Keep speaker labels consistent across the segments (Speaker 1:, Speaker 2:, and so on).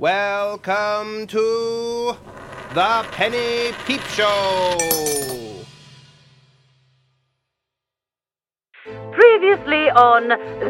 Speaker 1: Welcome to the Penny Peep Show.
Speaker 2: Previously on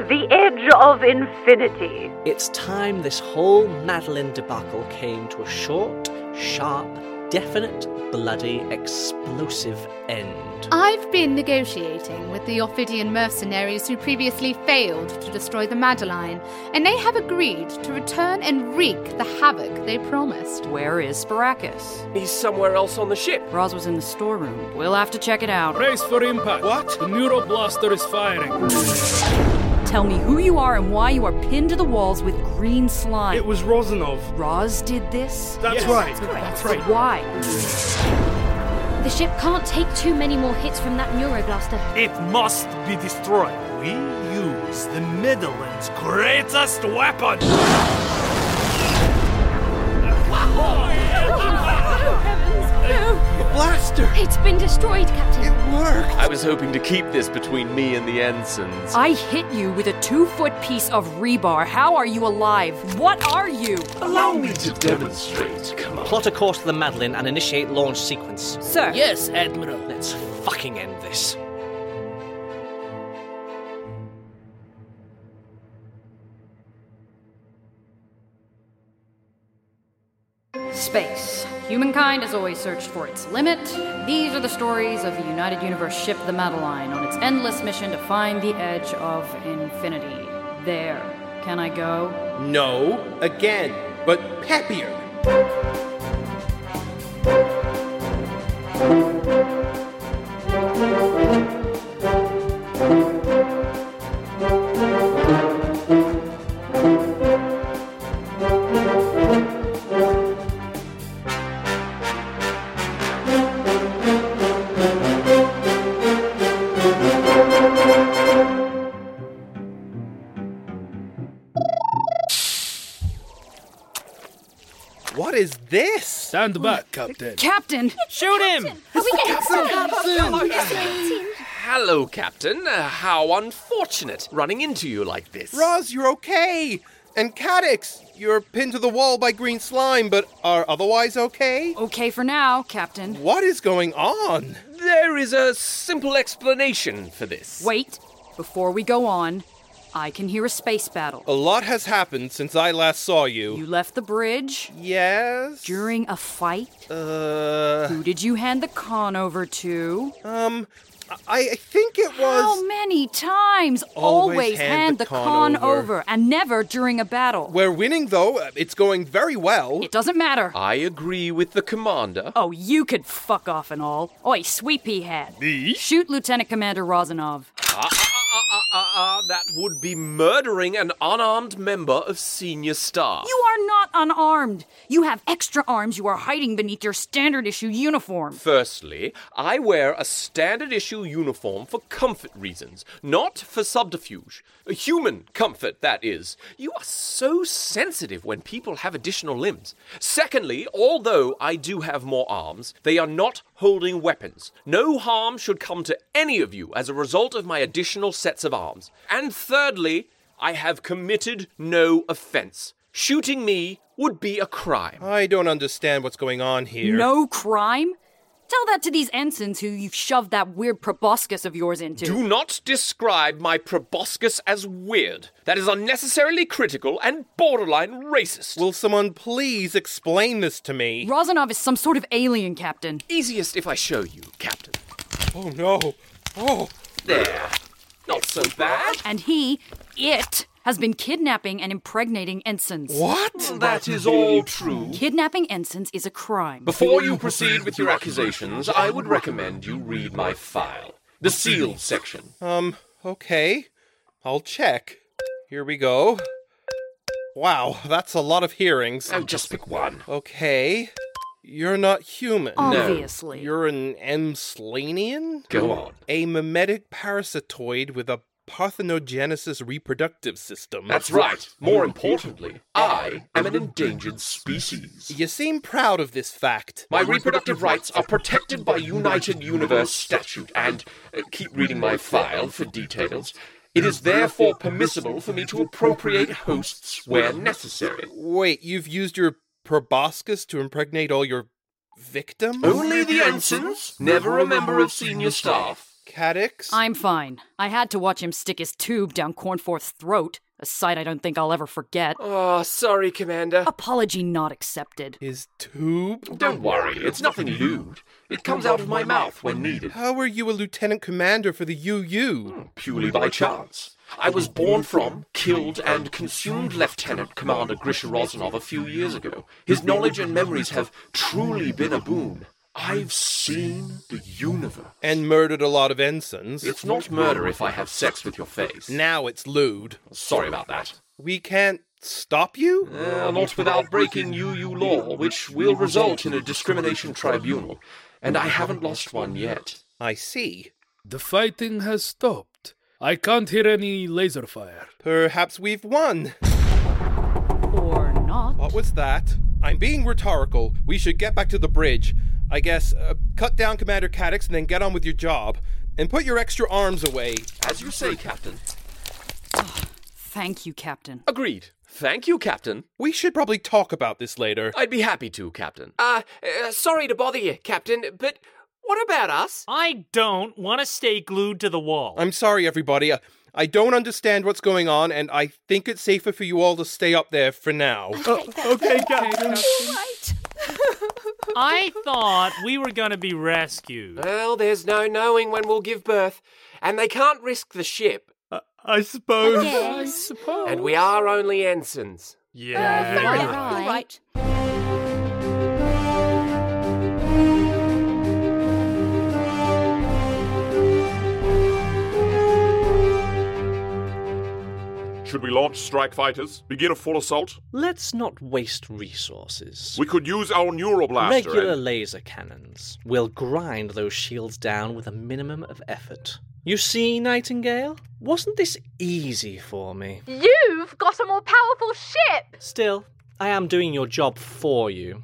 Speaker 2: The Edge of Infinity.
Speaker 3: It's time this whole Madeline debacle came to a short, sharp, definite, bloody, explosive end.
Speaker 4: I've been negotiating with the Ophidian mercenaries who previously failed to destroy the Madeline, and they have agreed to return and wreak the havoc they promised.
Speaker 5: Where is Sparakis?
Speaker 6: He's somewhere else on the ship.
Speaker 5: Roz was in the storeroom. We'll have to check it out.
Speaker 7: Brace for impact.
Speaker 6: What?
Speaker 7: The neuroblaster is firing.
Speaker 5: Tell me who you are and why you are pinned to the walls with green slime.
Speaker 7: It was Rosanov.
Speaker 5: Roz did this?
Speaker 7: That's right. That's right.
Speaker 5: Why?
Speaker 8: The ship can't take too many more hits from that neuroblaster.
Speaker 9: It must be destroyed. We use the Midlands' greatest weapon.
Speaker 6: Blaster!
Speaker 8: It's been destroyed, Captain.
Speaker 6: Worked!
Speaker 10: I was hoping to keep this between me and the ensigns.
Speaker 5: I hit you with a two foot piece of rebar. How are you alive? What are you?
Speaker 6: Allow me to demonstrate. Come
Speaker 3: Plot a course to the Madeline and initiate launch sequence.
Speaker 5: Sir.
Speaker 6: Yes, Admiral.
Speaker 3: Let's fucking end this.
Speaker 5: Space. Humankind has always searched for its limit. These are the stories of the United Universe ship, the Madeline, on its endless mission to find the edge of infinity. There. Can I go?
Speaker 1: No, again, but peppier. What is this?
Speaker 7: Stand back, Captain.
Speaker 5: Captain!
Speaker 6: Shoot him!
Speaker 8: Are we getting stuck?
Speaker 10: Hello, Captain. Uh, how unfortunate running into you like this.
Speaker 1: Roz, you're okay. And Cadix, you're pinned to the wall by green slime, but are otherwise okay?
Speaker 5: Okay for now, Captain.
Speaker 1: What is going on?
Speaker 10: There is a simple explanation for this.
Speaker 5: Wait. Before we go on, I can hear a space battle.
Speaker 1: A lot has happened since I last saw
Speaker 5: You
Speaker 1: you.
Speaker 5: left the bridge
Speaker 1: Yes?
Speaker 5: during a fight?
Speaker 1: Uh,
Speaker 5: Who did you hand the con over to?
Speaker 1: um, I, I think it was.
Speaker 5: How many times?
Speaker 1: Always
Speaker 5: Always,
Speaker 1: hand
Speaker 5: hand,
Speaker 1: the
Speaker 5: the,
Speaker 1: con
Speaker 5: con,
Speaker 1: over.
Speaker 5: over. and never during a battle.
Speaker 1: We're winning, though. It's going very well.
Speaker 5: It doesn't matter.
Speaker 10: I agree with the commander.
Speaker 5: Oh, you could fuck off and all. Oi, sweet pea hat.
Speaker 10: Me?
Speaker 5: Shoot Lieutenant Commander Rozanov.
Speaker 10: Ah, ah, ah, ah, ah, ah, that would be murdering an unarmed member of senior staff.
Speaker 5: You are not unarmed. You have extra arms you are hiding beneath your standard issue uniform.
Speaker 10: Firstly, I wear a standard issue uniform for comfort reasons, not for subterfuge. Human comfort, that is. You are so sensitive when people have additional limbs. Secondly, although I do have more arms, they are not holding weapons. No harm should come to any of you as a result of my additional sets of arms. And thirdly, I have committed no offense. Shooting me would be a crime.
Speaker 1: I don't understand what's going on here.
Speaker 5: No crime? Tell that to these ensigns who you've shoved that weird proboscis of yours into.
Speaker 10: Do not describe my proboscis as weird. That is unnecessarily critical and borderline racist.
Speaker 1: Will someone please explain this to me?
Speaker 5: Rozanov is some sort of alien captain.
Speaker 10: easiest if I show you, Captain.
Speaker 1: Oh no. Oh.
Speaker 10: There. Not so bad.
Speaker 5: And he, it, has been kidnapping and impregnating ensigns.
Speaker 1: What?
Speaker 10: That is all true.
Speaker 5: Kidnapping ensigns is a crime.
Speaker 10: Before you proceed with your accusations, I would recommend you read my file. The sealed section.
Speaker 1: Um, okay. I'll check. Here we go. Wow, that's a lot of hearings.
Speaker 10: Oh, just pick one.
Speaker 1: Okay. You're not human.
Speaker 10: Obviously.
Speaker 1: You're an Emslanian?
Speaker 10: Go on.
Speaker 1: A mimetic parasitoid with a parthenogenesis reproductive system.
Speaker 10: That's right. More importantly, I am an endangered species.
Speaker 1: You seem proud of this fact.
Speaker 10: My reproductive rights are protected by United Universe statute, and uh, keep reading my file for details. It is therefore permissible for me to appropriate hosts where necessary.
Speaker 1: Wait, you've used your proboscis to impregnate all your victims?
Speaker 10: Only the ensigns, never a member of senior staff.
Speaker 1: Caddix?
Speaker 5: I'm fine. I had to watch him stick his tube down Cornforth's throat, a sight I don't think I'll ever forget.
Speaker 11: Oh, sorry, Commander.
Speaker 5: Apology not accepted.
Speaker 1: His tube?
Speaker 10: Don't worry, it's nothing lewd. It comes out of my mouth when needed,
Speaker 1: How are you a lieutenant commander for the
Speaker 10: Hmm.
Speaker 1: UU?
Speaker 10: purely by chance. I was born from, killed, and consumed Lieutenant Commander Grisha Rosnov a few years ago. His knowledge and memories have truly been a boon. I've seen the universe.
Speaker 1: And murdered a lot of ensigns.
Speaker 10: It's not murder if I have sex with your face.
Speaker 1: Now it's lewd.
Speaker 10: Sorry about that.
Speaker 1: We can't stop you?
Speaker 10: Uh, not without breaking UU law, which will result in a discrimination tribunal. And I haven't lost one yet.
Speaker 1: I see.
Speaker 12: The fighting has stopped. I can't hear any laser fire.
Speaker 1: Perhaps we've won.
Speaker 5: Or not.
Speaker 1: What was that? I'm being rhetorical. We should get back to the bridge. I guess uh, cut down Commander Caddix and then get on with your job. And put your extra arms away.
Speaker 11: As you say, Captain.
Speaker 5: Thank you, Captain.
Speaker 11: Agreed. Thank you, Captain.
Speaker 1: We should probably talk about this later.
Speaker 11: I'd be happy to, Captain.
Speaker 13: Uh, uh, sorry to bother you, Captain, but what about us?
Speaker 14: I don't want to stay glued to the wall.
Speaker 1: I'm sorry, everybody. I, I don't understand what's going on, and I think it's safer for you all to stay up there for now.
Speaker 15: Oh,
Speaker 14: okay, Captain.
Speaker 13: Right.
Speaker 14: I thought we were going to be rescued.
Speaker 13: Well, there's no knowing when we'll give birth, and they can't risk the ship,
Speaker 14: I suppose.
Speaker 8: I
Speaker 14: suppose.
Speaker 13: and we are only ensigns.
Speaker 14: Yeah.
Speaker 8: Right. right.
Speaker 16: Should we launch strike fighters? Begin a full assault?
Speaker 3: Let's not waste resources.
Speaker 16: We could use our neuroblaster.
Speaker 3: Regular
Speaker 16: and-
Speaker 3: laser cannons will grind those shields down with a minimum of effort. You see, Nightingale? Wasn't this easy for me?
Speaker 17: You've got a more powerful ship!
Speaker 3: Still, I am doing your job for you.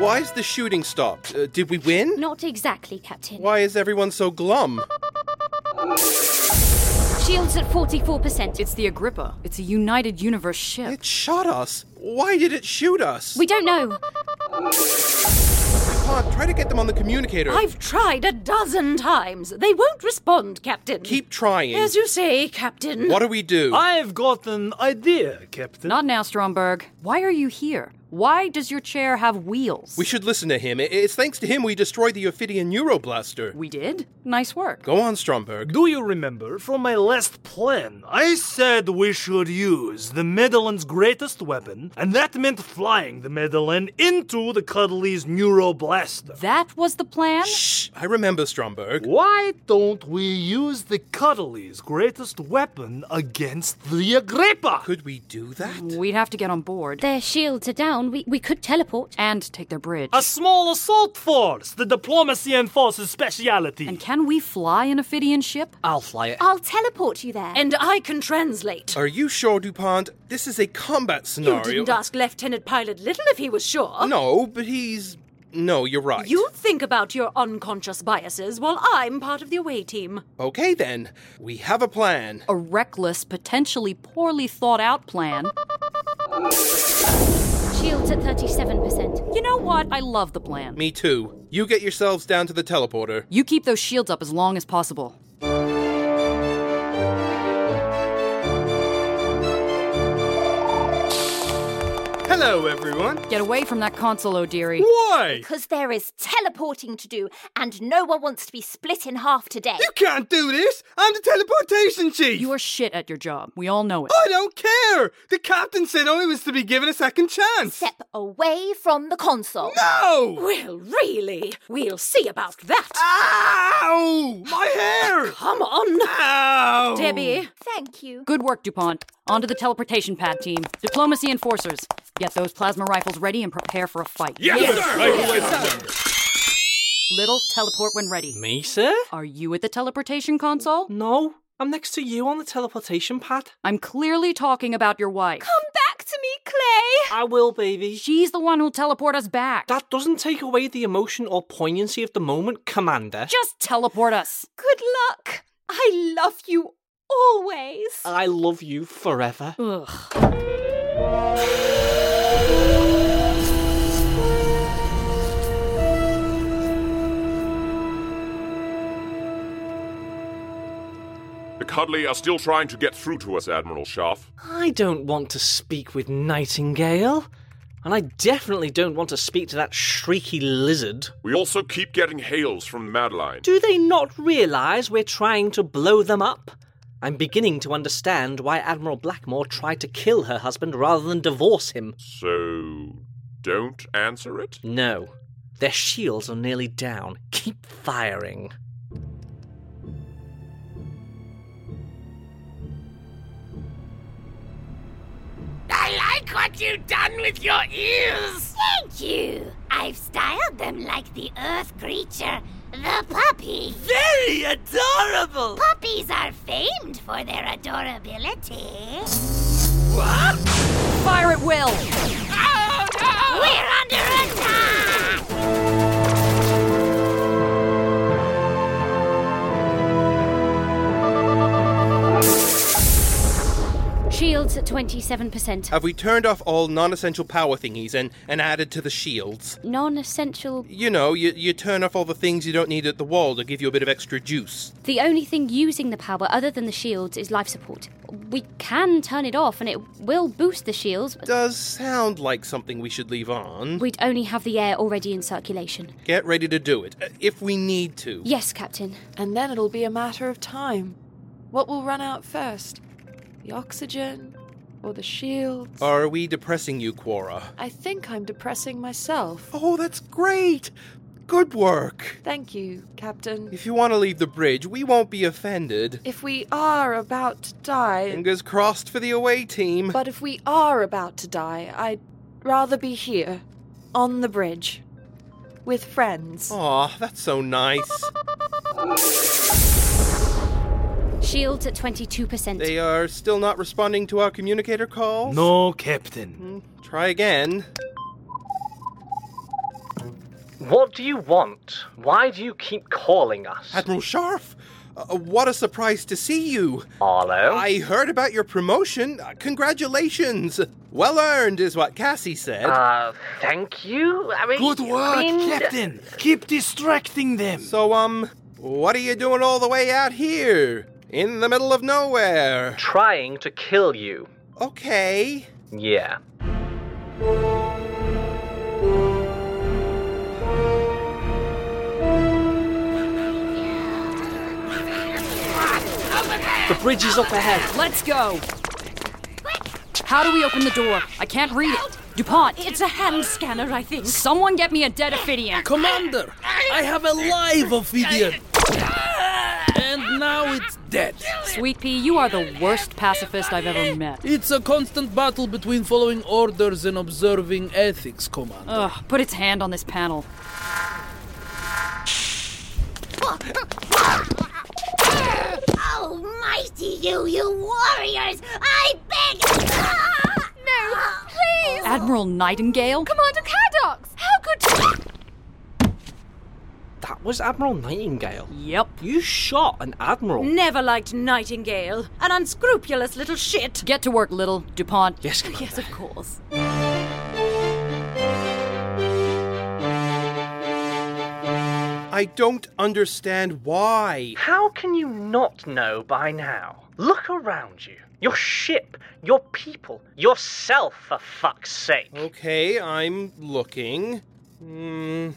Speaker 1: Why's the shooting stopped? Uh, did we win?
Speaker 8: Not exactly, Captain.
Speaker 1: Why is everyone so glum?
Speaker 8: Shields at 44%.
Speaker 5: It's the Agrippa. It's a United Universe ship.
Speaker 1: It shot us. Why did it shoot us?
Speaker 8: We don't know.
Speaker 1: Come on, try to get them on the communicator.
Speaker 18: I've tried a dozen times. They won't respond, Captain.
Speaker 1: Keep trying.
Speaker 18: As you say, Captain.
Speaker 1: What do we do?
Speaker 14: I've got an idea, Captain.
Speaker 5: Not now, Stromberg. Why are you here? Why does your chair have wheels?
Speaker 1: We should listen to him. I- It's thanks to him we destroyed the Ophidian Neuroblaster.
Speaker 5: We did? Nice work.
Speaker 1: Go on, Stromberg.
Speaker 14: Do you remember from my last plan? I said we should use the Medellin greatest weapon, and that meant flying the Medellin into the Cuddly's neuroblaster.
Speaker 5: That was the plan?
Speaker 1: Shh, I remember Stromberg.
Speaker 14: Why don't we use the Cuddly's greatest weapon against the Agrippa?
Speaker 1: Could we do that?
Speaker 5: We'd have to get on board
Speaker 8: Their shields are down. We, we could teleport.
Speaker 5: and take their bridge.
Speaker 14: A small assault force, the diplomacy and forces speciality.
Speaker 5: and can we fly an Ophidian ship?
Speaker 3: I'll fly it.
Speaker 8: I'll teleport you there.
Speaker 18: And I can translate.
Speaker 1: Are you sure, DuPont? This is a combat
Speaker 18: you
Speaker 1: scenario.
Speaker 18: didn't uh, ask Lieutenant Pilot Little if he was sure.
Speaker 1: No, but he's. No, you're right.
Speaker 18: You think about your unconscious biases while I'm part of the away team.
Speaker 1: Okay then. We have a plan.
Speaker 5: A reckless, potentially poorly thought out plan.
Speaker 8: Shields at 37%.
Speaker 5: You know what? I love the plan.
Speaker 1: Me too. You get yourselves down to the teleporter.
Speaker 5: You keep those shields up as long as possible.
Speaker 15: Hello, everyone.
Speaker 5: Get away from that console, O'Deary.
Speaker 15: Why?
Speaker 19: Because there is teleporting to do, and no one wants to be split in half today.
Speaker 15: You can't do this. I'm the teleportation chief.
Speaker 5: You are shit at your job. We all know it.
Speaker 15: I don't care. The captain said I was to be given a second chance.
Speaker 19: Step away from the console.
Speaker 15: No!
Speaker 20: Well, really? We'll see about that.
Speaker 1: Ah!
Speaker 15: Ow! Oh, My hair!
Speaker 20: Come on!
Speaker 15: Ow!
Speaker 5: Debbie.
Speaker 15: Oh.
Speaker 19: Thank you.
Speaker 5: Good work, DuPont. Onto the teleportation pad team. Diplomacy enforcers. Get those plasma rifles ready and prepare for a fight.
Speaker 10: Yes, Yes, sir. sir.
Speaker 5: Little, teleport when ready.
Speaker 3: Me, sir?
Speaker 5: Are you at the teleportation console?
Speaker 3: No, I'm next to you on the teleportation pad.
Speaker 5: I'm clearly talking about your wife.
Speaker 21: Come back to me, Clay!
Speaker 3: I will, baby.
Speaker 5: She's the one who'll teleport us back.
Speaker 3: That doesn't take away the emotion or poignancy of the moment, Commander.
Speaker 5: Just teleport us.
Speaker 21: Good luck! I love you always!
Speaker 3: I love you forever.
Speaker 16: The Cuddly are still trying to get through to us, Admiral Schaff.
Speaker 3: I don't want to speak with Nightingale. And I definitely don't want to speak to that shrieky lizard.
Speaker 16: We also keep getting hails from the Madeline.
Speaker 3: Do they not realise we're trying to blow them up? I'm beginning to understand why Admiral Blackmore tried to kill her husband rather than divorce him.
Speaker 16: So, don't answer it?
Speaker 3: No. Their shields are nearly down. Keep firing.
Speaker 17: I like what you've done with your ears!
Speaker 22: Thank you! I've styled them like the Earth creature, the puppy.
Speaker 17: Very adorable!
Speaker 22: Puppies are famed for their adorability.
Speaker 17: What?
Speaker 5: Fire at will!
Speaker 17: Oh no!
Speaker 22: We're under attack!
Speaker 8: Shields at 27%.
Speaker 1: Have we turned off all non essential power thingies and, and added to the shields?
Speaker 8: Non essential.
Speaker 1: You know, you, you turn off all the things you don't need at the wall to give you a bit of extra juice.
Speaker 8: The only thing using the power other than the shields is life support. We can turn it off and it will boost the shields. but
Speaker 1: Does sound like something we should leave on.
Speaker 8: We'd only have the air already in circulation.
Speaker 1: Get ready to do it, uh, if we need to.
Speaker 8: Yes, Captain.
Speaker 23: And then it'll be a matter of time. What will run out first? The oxygen or the shields?
Speaker 1: Are we depressing you, Quora?
Speaker 23: I think I'm depressing myself.
Speaker 1: Oh, that's great! Good work!
Speaker 23: Thank you, Captain.
Speaker 1: If you want to leave the bridge, we won't be offended.
Speaker 23: If we are about to die.
Speaker 1: Fingers crossed for the away team.
Speaker 23: But if we are about to die, I'd rather be here, on the bridge, with friends.
Speaker 1: Aw, that's so nice.
Speaker 8: Shields at 22%.
Speaker 1: They are still not responding to our communicator calls?
Speaker 14: No, Captain.
Speaker 1: Try again.
Speaker 3: What do you want? Why do you keep calling us?
Speaker 1: Admiral Sharf, uh, what a surprise to see you.
Speaker 3: Arlo?
Speaker 1: I heard about your promotion. Uh, congratulations. Well earned is what Cassie said.
Speaker 3: Uh, thank you? I mean,
Speaker 9: Good work,
Speaker 3: I mean-
Speaker 9: Captain. Keep distracting them.
Speaker 1: so, um, what are you doing all the way out here? In the middle of nowhere.
Speaker 3: Trying to kill you.
Speaker 1: Okay.
Speaker 3: Yeah. The bridge is up ahead.
Speaker 5: Let's go! How do we open the door? I can't read it. DuPont!
Speaker 20: It's a hand scanner, I think.
Speaker 5: Someone get me a dead Ophidian!
Speaker 17: Commander, I have a live Ophidian! And now it's dead.
Speaker 5: Sweet Pea, you are the worst pacifist I've ever met.
Speaker 7: It's a constant battle between following orders and observing ethics, Commander.
Speaker 5: Ugh, put its hand on this panel.
Speaker 22: Almighty Oh, you, you warriors! I beg! Ah!
Speaker 21: No, please!
Speaker 5: Admiral Nightingale?
Speaker 21: Commander Cadox! How could.
Speaker 3: That was Admiral Nightingale.
Speaker 5: Yep.
Speaker 3: You shot an admiral.
Speaker 20: Never liked Nightingale. An unscrupulous little shit.
Speaker 5: Get to work, little DuPont.
Speaker 3: Yes, Commander.
Speaker 20: Yes, of course.
Speaker 1: I don't understand why.
Speaker 3: How can you not know by now?
Speaker 24: Look around you. Your ship, your people, yourself, for fuck's sake.
Speaker 1: Okay, I'm looking. Hmm.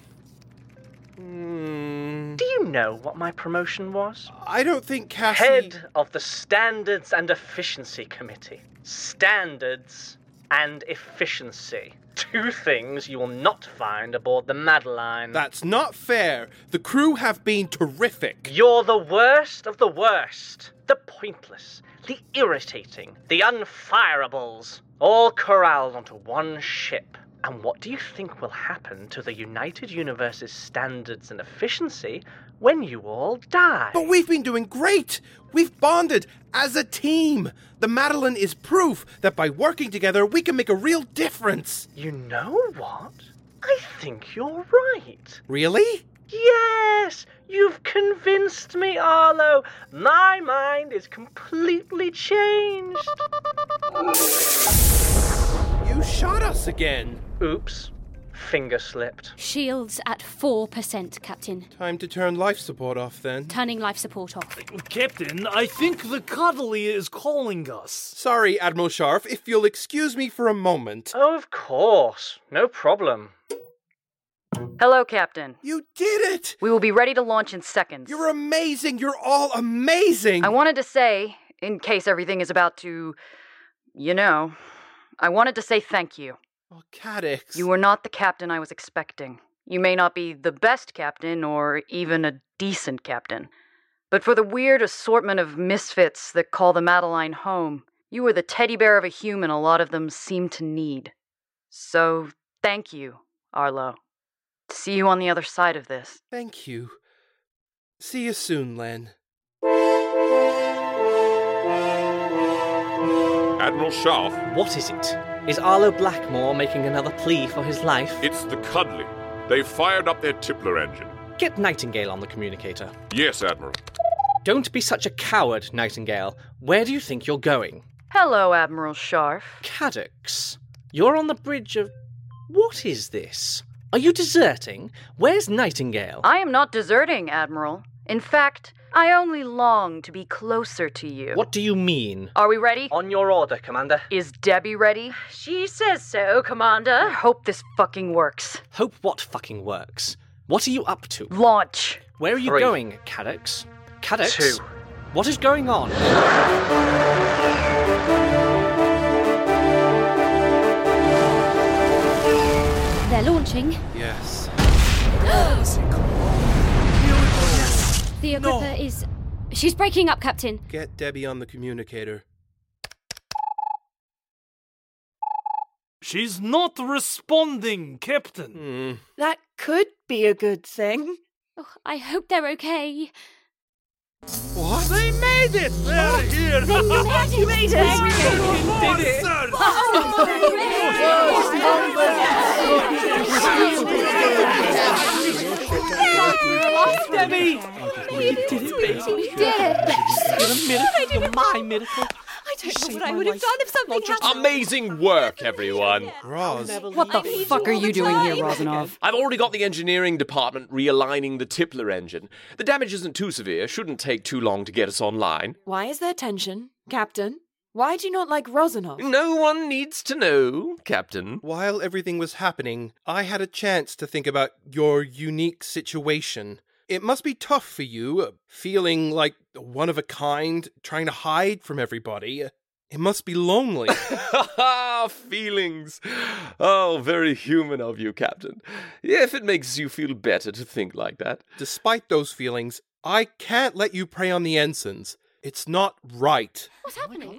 Speaker 1: Hmm.
Speaker 24: Do you know what my promotion was?
Speaker 1: I don't think Cassie.
Speaker 24: Head of the Standards and Efficiency Committee. Standards and efficiency. Two things you will not find aboard the Madeline.
Speaker 1: That's not fair. The crew have been terrific.
Speaker 24: You're the worst of the worst. The pointless, the irritating, the unfireables. All corralled onto one ship. And what do you think will happen to the United Universe's standards and efficiency when you all die?
Speaker 1: But we've been doing great. We've bonded as a team. The Madeline is proof that by working together, we can make a real difference.
Speaker 24: You know what? I think you're right.
Speaker 1: Really?
Speaker 24: Yes, you've convinced me, Arlo. My mind is completely changed.
Speaker 1: You shot us again.
Speaker 24: Oops. Finger slipped.
Speaker 8: Shields at 4%, Captain.
Speaker 1: Time to turn life support off then.
Speaker 8: Turning life support off.
Speaker 14: Captain, I think the cuddly is calling us.
Speaker 1: Sorry, Admiral Sharf, if you'll excuse me for a moment.
Speaker 24: Oh, of course. No problem.
Speaker 5: Hello, Captain.
Speaker 1: You did it!
Speaker 5: We will be ready to launch in seconds.
Speaker 1: You're amazing! You're all amazing!
Speaker 5: I wanted to say, in case everything is about to. you know. I wanted to say thank you.
Speaker 1: Oh, Caddix.
Speaker 5: You were not the captain I was expecting. You may not be the best captain or even a decent captain. But for the weird assortment of misfits that call the Madeline home, you were the teddy bear of a human a lot of them seem to need. So thank you, Arlo. See you on the other side of this.
Speaker 1: Thank you. See you soon, Len.
Speaker 16: Admiral Sharf,
Speaker 3: What is it? Is Arlo Blackmore making another plea for his life?
Speaker 16: it's the Cuddly. They've fired up their Tippler engine.
Speaker 3: Get Nightingale on the communicator.
Speaker 16: Yes, Admiral.
Speaker 3: Don't be such a coward, Nightingale. Where do you think you're going?
Speaker 5: Hello, Admiral Sharf.
Speaker 3: Caddix, you're on the bridge of. What is this? Are you deserting? Where's Nightingale?
Speaker 5: I am not deserting, Admiral. In fact, I only long to be closer to you.
Speaker 3: What do you mean?
Speaker 5: Are we ready?
Speaker 3: On your order, Commander.
Speaker 5: Is Debbie ready?
Speaker 21: She says so,
Speaker 5: I
Speaker 21: Commander.
Speaker 5: hope this fucking works.
Speaker 3: Hope what fucking works. What are you up to?
Speaker 5: Launch.
Speaker 3: Where are you
Speaker 5: Three.
Speaker 3: going, Caddix? Caddix?
Speaker 5: Two.
Speaker 3: What is going on?
Speaker 8: They're launching.
Speaker 1: Yes.
Speaker 8: The Agrippa is. She's breaking up, Captain.
Speaker 1: Get Debbie on the communicator.
Speaker 14: She's not responding, Captain.
Speaker 21: That could be a good thing.
Speaker 8: Oh, I hope they're okay.
Speaker 1: What?
Speaker 14: They made it! They're here! They
Speaker 8: made it! We
Speaker 14: fucking did it!
Speaker 17: Debbie! We did it, baby. We did it. You're a miracle. You're my miracle.
Speaker 21: I don't know what I would have done if something happened.
Speaker 10: Amazing work, everyone.
Speaker 5: What the fuck are you doing here, Rosanov?
Speaker 10: I've already got the engineering department realigning the Tippler engine. The damage isn't too severe, shouldn't take too long to get us online.
Speaker 23: Why is there tension, Captain? Why do you not like Rosanov?
Speaker 10: Oh. No one needs to know, Captain.
Speaker 1: While everything was happening, I had a chance to think about your unique situation. It must be tough for you, uh, feeling like one of a kind, trying to hide from everybody. It must be lonely.
Speaker 10: Ah, feelings. Oh, very human of you, Captain. If it makes you feel better to think like that.
Speaker 1: Despite those feelings, I can't let you prey on the ensigns. It's not right.
Speaker 8: What's happening?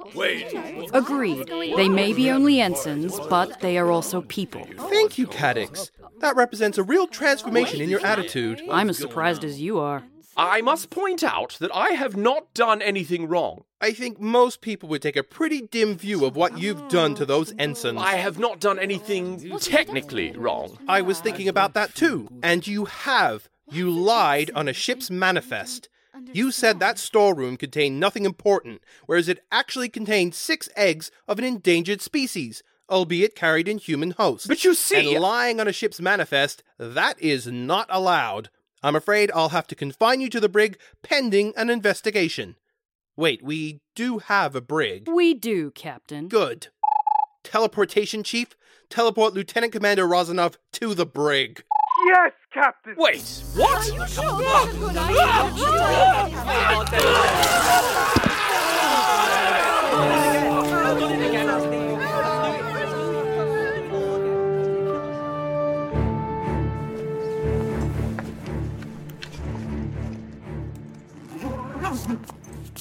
Speaker 5: Agreed. They may be only ensigns, but they are also people.
Speaker 1: Thank you, Caddix. That represents a real transformation in your attitude.
Speaker 5: I'm as surprised as you are.
Speaker 10: I must point out that I have not done anything wrong.
Speaker 1: I think most people would take a pretty dim view of what you've done to those ensigns.
Speaker 10: I have not done anything technically wrong.
Speaker 1: I was thinking about that too. And you have. You lied on a ship's manifest. You said that storeroom contained nothing important, whereas it actually contained six eggs of an endangered species, albeit carried in human hosts.
Speaker 10: But you see-
Speaker 1: And lying on a ship's manifest, that is not allowed. I'm afraid I'll have to confine you to the brig pending an investigation. Wait, we do have a brig.
Speaker 5: We do, Captain.
Speaker 1: Good. Teleportation Chief, teleport Lieutenant Commander Rosanov to the brig.
Speaker 17: Yes, Captain!
Speaker 25: Wait,
Speaker 17: what? Are you sure that's a good idea?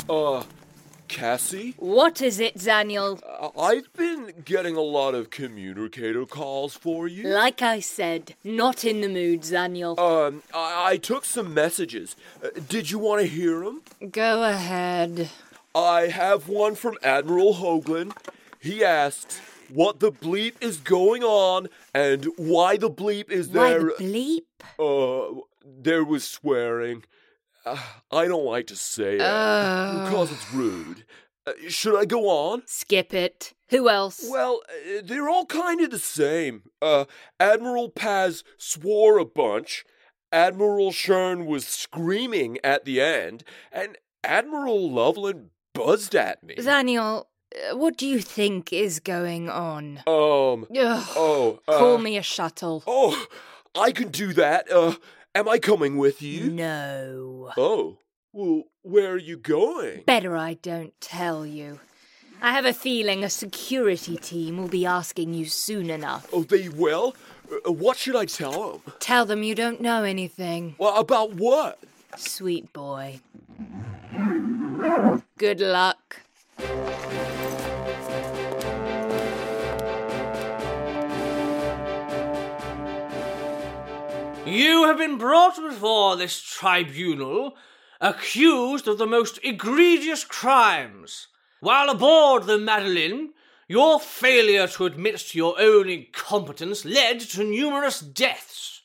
Speaker 6: Uh, Cassie?
Speaker 26: What is it, Daniel?
Speaker 6: Uh, I've been getting a lot of communicator calls for you.
Speaker 26: Like I said, not in the mood, Daniel.
Speaker 6: Um, I, I took some messages. Uh, did you want to hear them?
Speaker 26: Go ahead.
Speaker 6: I have one from Admiral Hoagland. He asks what the bleep is going on and why the bleep is
Speaker 26: Why
Speaker 6: there.
Speaker 26: the
Speaker 6: bleep? Uh, there was swearing. Uh, I don't like to say it
Speaker 26: Oh.
Speaker 6: because it's rude. Uh, should I go on?
Speaker 26: Skip it. Who else?
Speaker 6: Well, uh, they're all kind of the same. Uh, Admiral Paz swore a bunch. Admiral Shern was screaming at the end, and Admiral Loveland buzzed at me.
Speaker 26: Daniel, uh, what do you think is going on?
Speaker 6: Um.
Speaker 26: Ugh.
Speaker 6: Oh. uh,
Speaker 26: Call me a shuttle.
Speaker 6: Oh, I can do that. Uh, am I coming with you?
Speaker 26: No.
Speaker 6: Oh. Well, where are you going?
Speaker 26: Better I don't tell you. I have a feeling a security team will be asking you soon enough.
Speaker 6: Oh, they will. Uh, what should I tell them?
Speaker 26: Tell them you don't know anything.
Speaker 6: Well, about what?
Speaker 26: Sweet boy. Good luck.
Speaker 3: You have been brought before this tribunal accused of the most egregious crimes. While aboard the Madeline, your failure to admit to your own incompetence led to numerous deaths.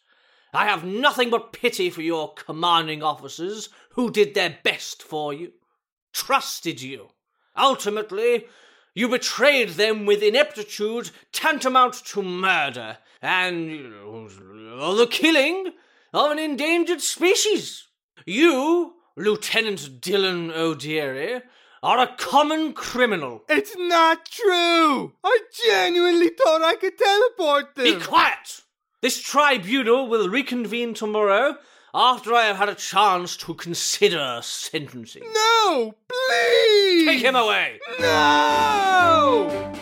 Speaker 3: I have nothing but pity for your commanding officers who did their best for you, trusted you. Ultimately, you betrayed them with ineptitude tantamount to murder and you know, the killing of an endangered species. You, Lieutenant Dylan O'Deary, are a common criminal.
Speaker 17: It's not true! I genuinely thought I could teleport them!
Speaker 3: Be quiet! This tribunal will reconvene tomorrow after I have had a chance to consider sentencing.
Speaker 17: No! Please!
Speaker 3: Take him away!
Speaker 7: Hmm.
Speaker 17: No!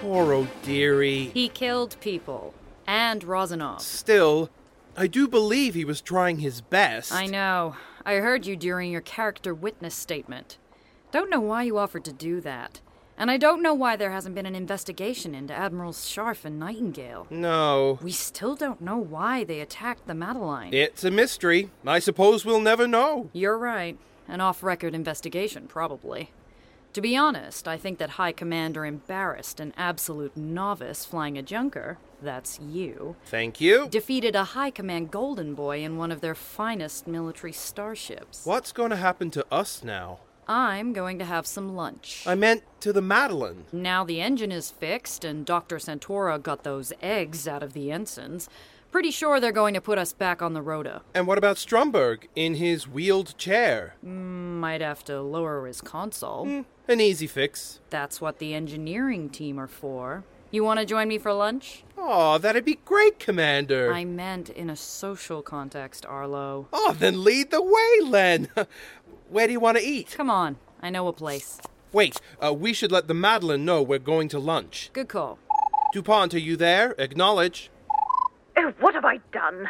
Speaker 1: Poor O'Deary.
Speaker 5: He killed people. And Rosanov.
Speaker 1: Still, I do believe he was trying his best.
Speaker 5: I know. I heard you during your character witness statement. Don't know why you offered to do that. And I don't know why there hasn't been an investigation into Admiral Scharf and Nightingale.
Speaker 1: No.
Speaker 5: We still don't know why they attacked the Madeline.
Speaker 1: It's a mystery. I suppose we'll never know.
Speaker 5: You're right. An off record investigation, probably. To be honest, I think that High Commander embarrassed an absolute novice flying a junker, that's you,
Speaker 1: Thank you.
Speaker 5: defeated a High Command Golden Boy in one of their finest military starships.
Speaker 1: What's going to happen to us now?
Speaker 5: I'm going to have some lunch.
Speaker 1: I meant to the Madeline.
Speaker 5: Now the engine is fixed and Dr. Santora got those eggs out of the ensigns. Pretty sure they're going to put us back on the Rhoda.
Speaker 1: And what about Stromberg in his wheeled chair? Hmm,
Speaker 5: Might have to lower his console.
Speaker 1: An easy fix.
Speaker 5: That's what the engineering team are for. You want to join me for lunch?
Speaker 1: Aw, that'd be great, Commander.
Speaker 5: I meant in a social context, Arlo.
Speaker 1: Oh, then lead the way, Len. Where do you want to eat?
Speaker 5: Come on, I know a place.
Speaker 1: Wait, uh, we should let the Madeline know we're going to lunch.
Speaker 5: Good call.
Speaker 1: DuPont, are you there? Acknowledge.
Speaker 18: Oh, what have I done?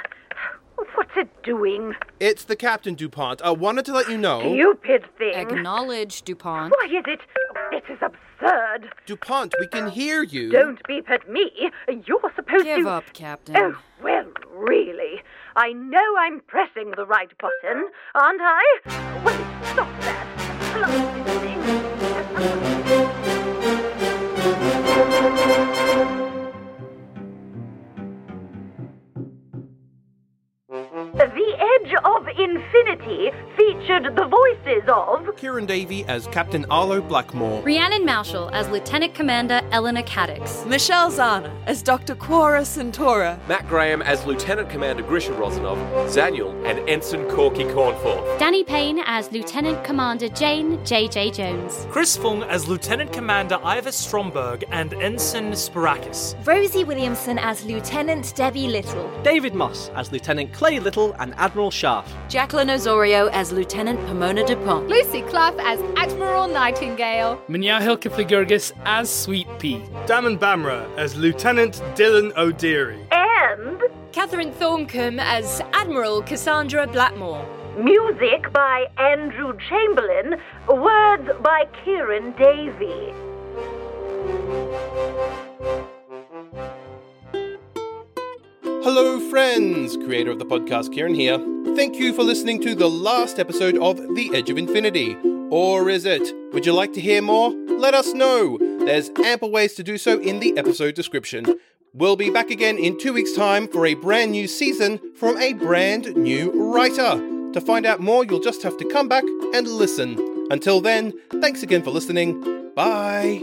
Speaker 18: What's it doing?
Speaker 1: It's the Captain DuPont. I wanted to let you know.
Speaker 18: Stupid thing.
Speaker 5: Acknowledge, DuPont.
Speaker 18: Why is it? This is absurd.
Speaker 1: DuPont, we can hear you.
Speaker 18: Don't beep at me. You're supposed to.
Speaker 5: Give up, Captain.
Speaker 18: Oh, well, really. I know I'm pressing the right button, aren't I? Well, stop that. Bloody thing. The Edge of Infinity featured the voice voices of
Speaker 1: Kieran Davey as Captain Arlo Blackmore.
Speaker 5: Rhiannon Marshall as Lieutenant Commander Eleanor Caddix.
Speaker 23: Michelle Zahner as Dr. Quora Centaura.
Speaker 10: Matt Graham as Lieutenant Commander Grisha Rosanov, Zaniel, and Ensign Corky Cornforth.
Speaker 22: Danny Payne as Lieutenant Commander Jane JJ Jones.
Speaker 4: Chris Fung as Lieutenant Commander Ivor Stromberg and Ensign Sparakis.
Speaker 27: Rosie Williamson as Lieutenant Debbie Little.
Speaker 3: David Moss as Lieutenant Clay Little and Admiral Shaft.
Speaker 19: Jacqueline Osorio as Lieutenant Pomona Dupont.
Speaker 28: Lucy Clough as Admiral Nightingale.
Speaker 7: Minyahil Kifligurgis as Sweet Pea.
Speaker 29: Damon Bamra as Lieutenant Dylan O'Deary.
Speaker 18: and
Speaker 26: Catherine Thorncombe as Admiral Cassandra Blackmore.
Speaker 18: music by Andrew Chamberlain, words by Kieran Davey.
Speaker 1: Hello, friends! Creator of the podcast, Kieran here. Thank you for listening to the last episode of The Edge of Infinity. Or is it? Would you like to hear more? Let us know! There's ample ways to do so in the episode description. We'll be back again in two weeks' time for a brand new season from a brand new writer. To find out more, you'll just have to come back and listen. Until then, thanks again for listening. Bye!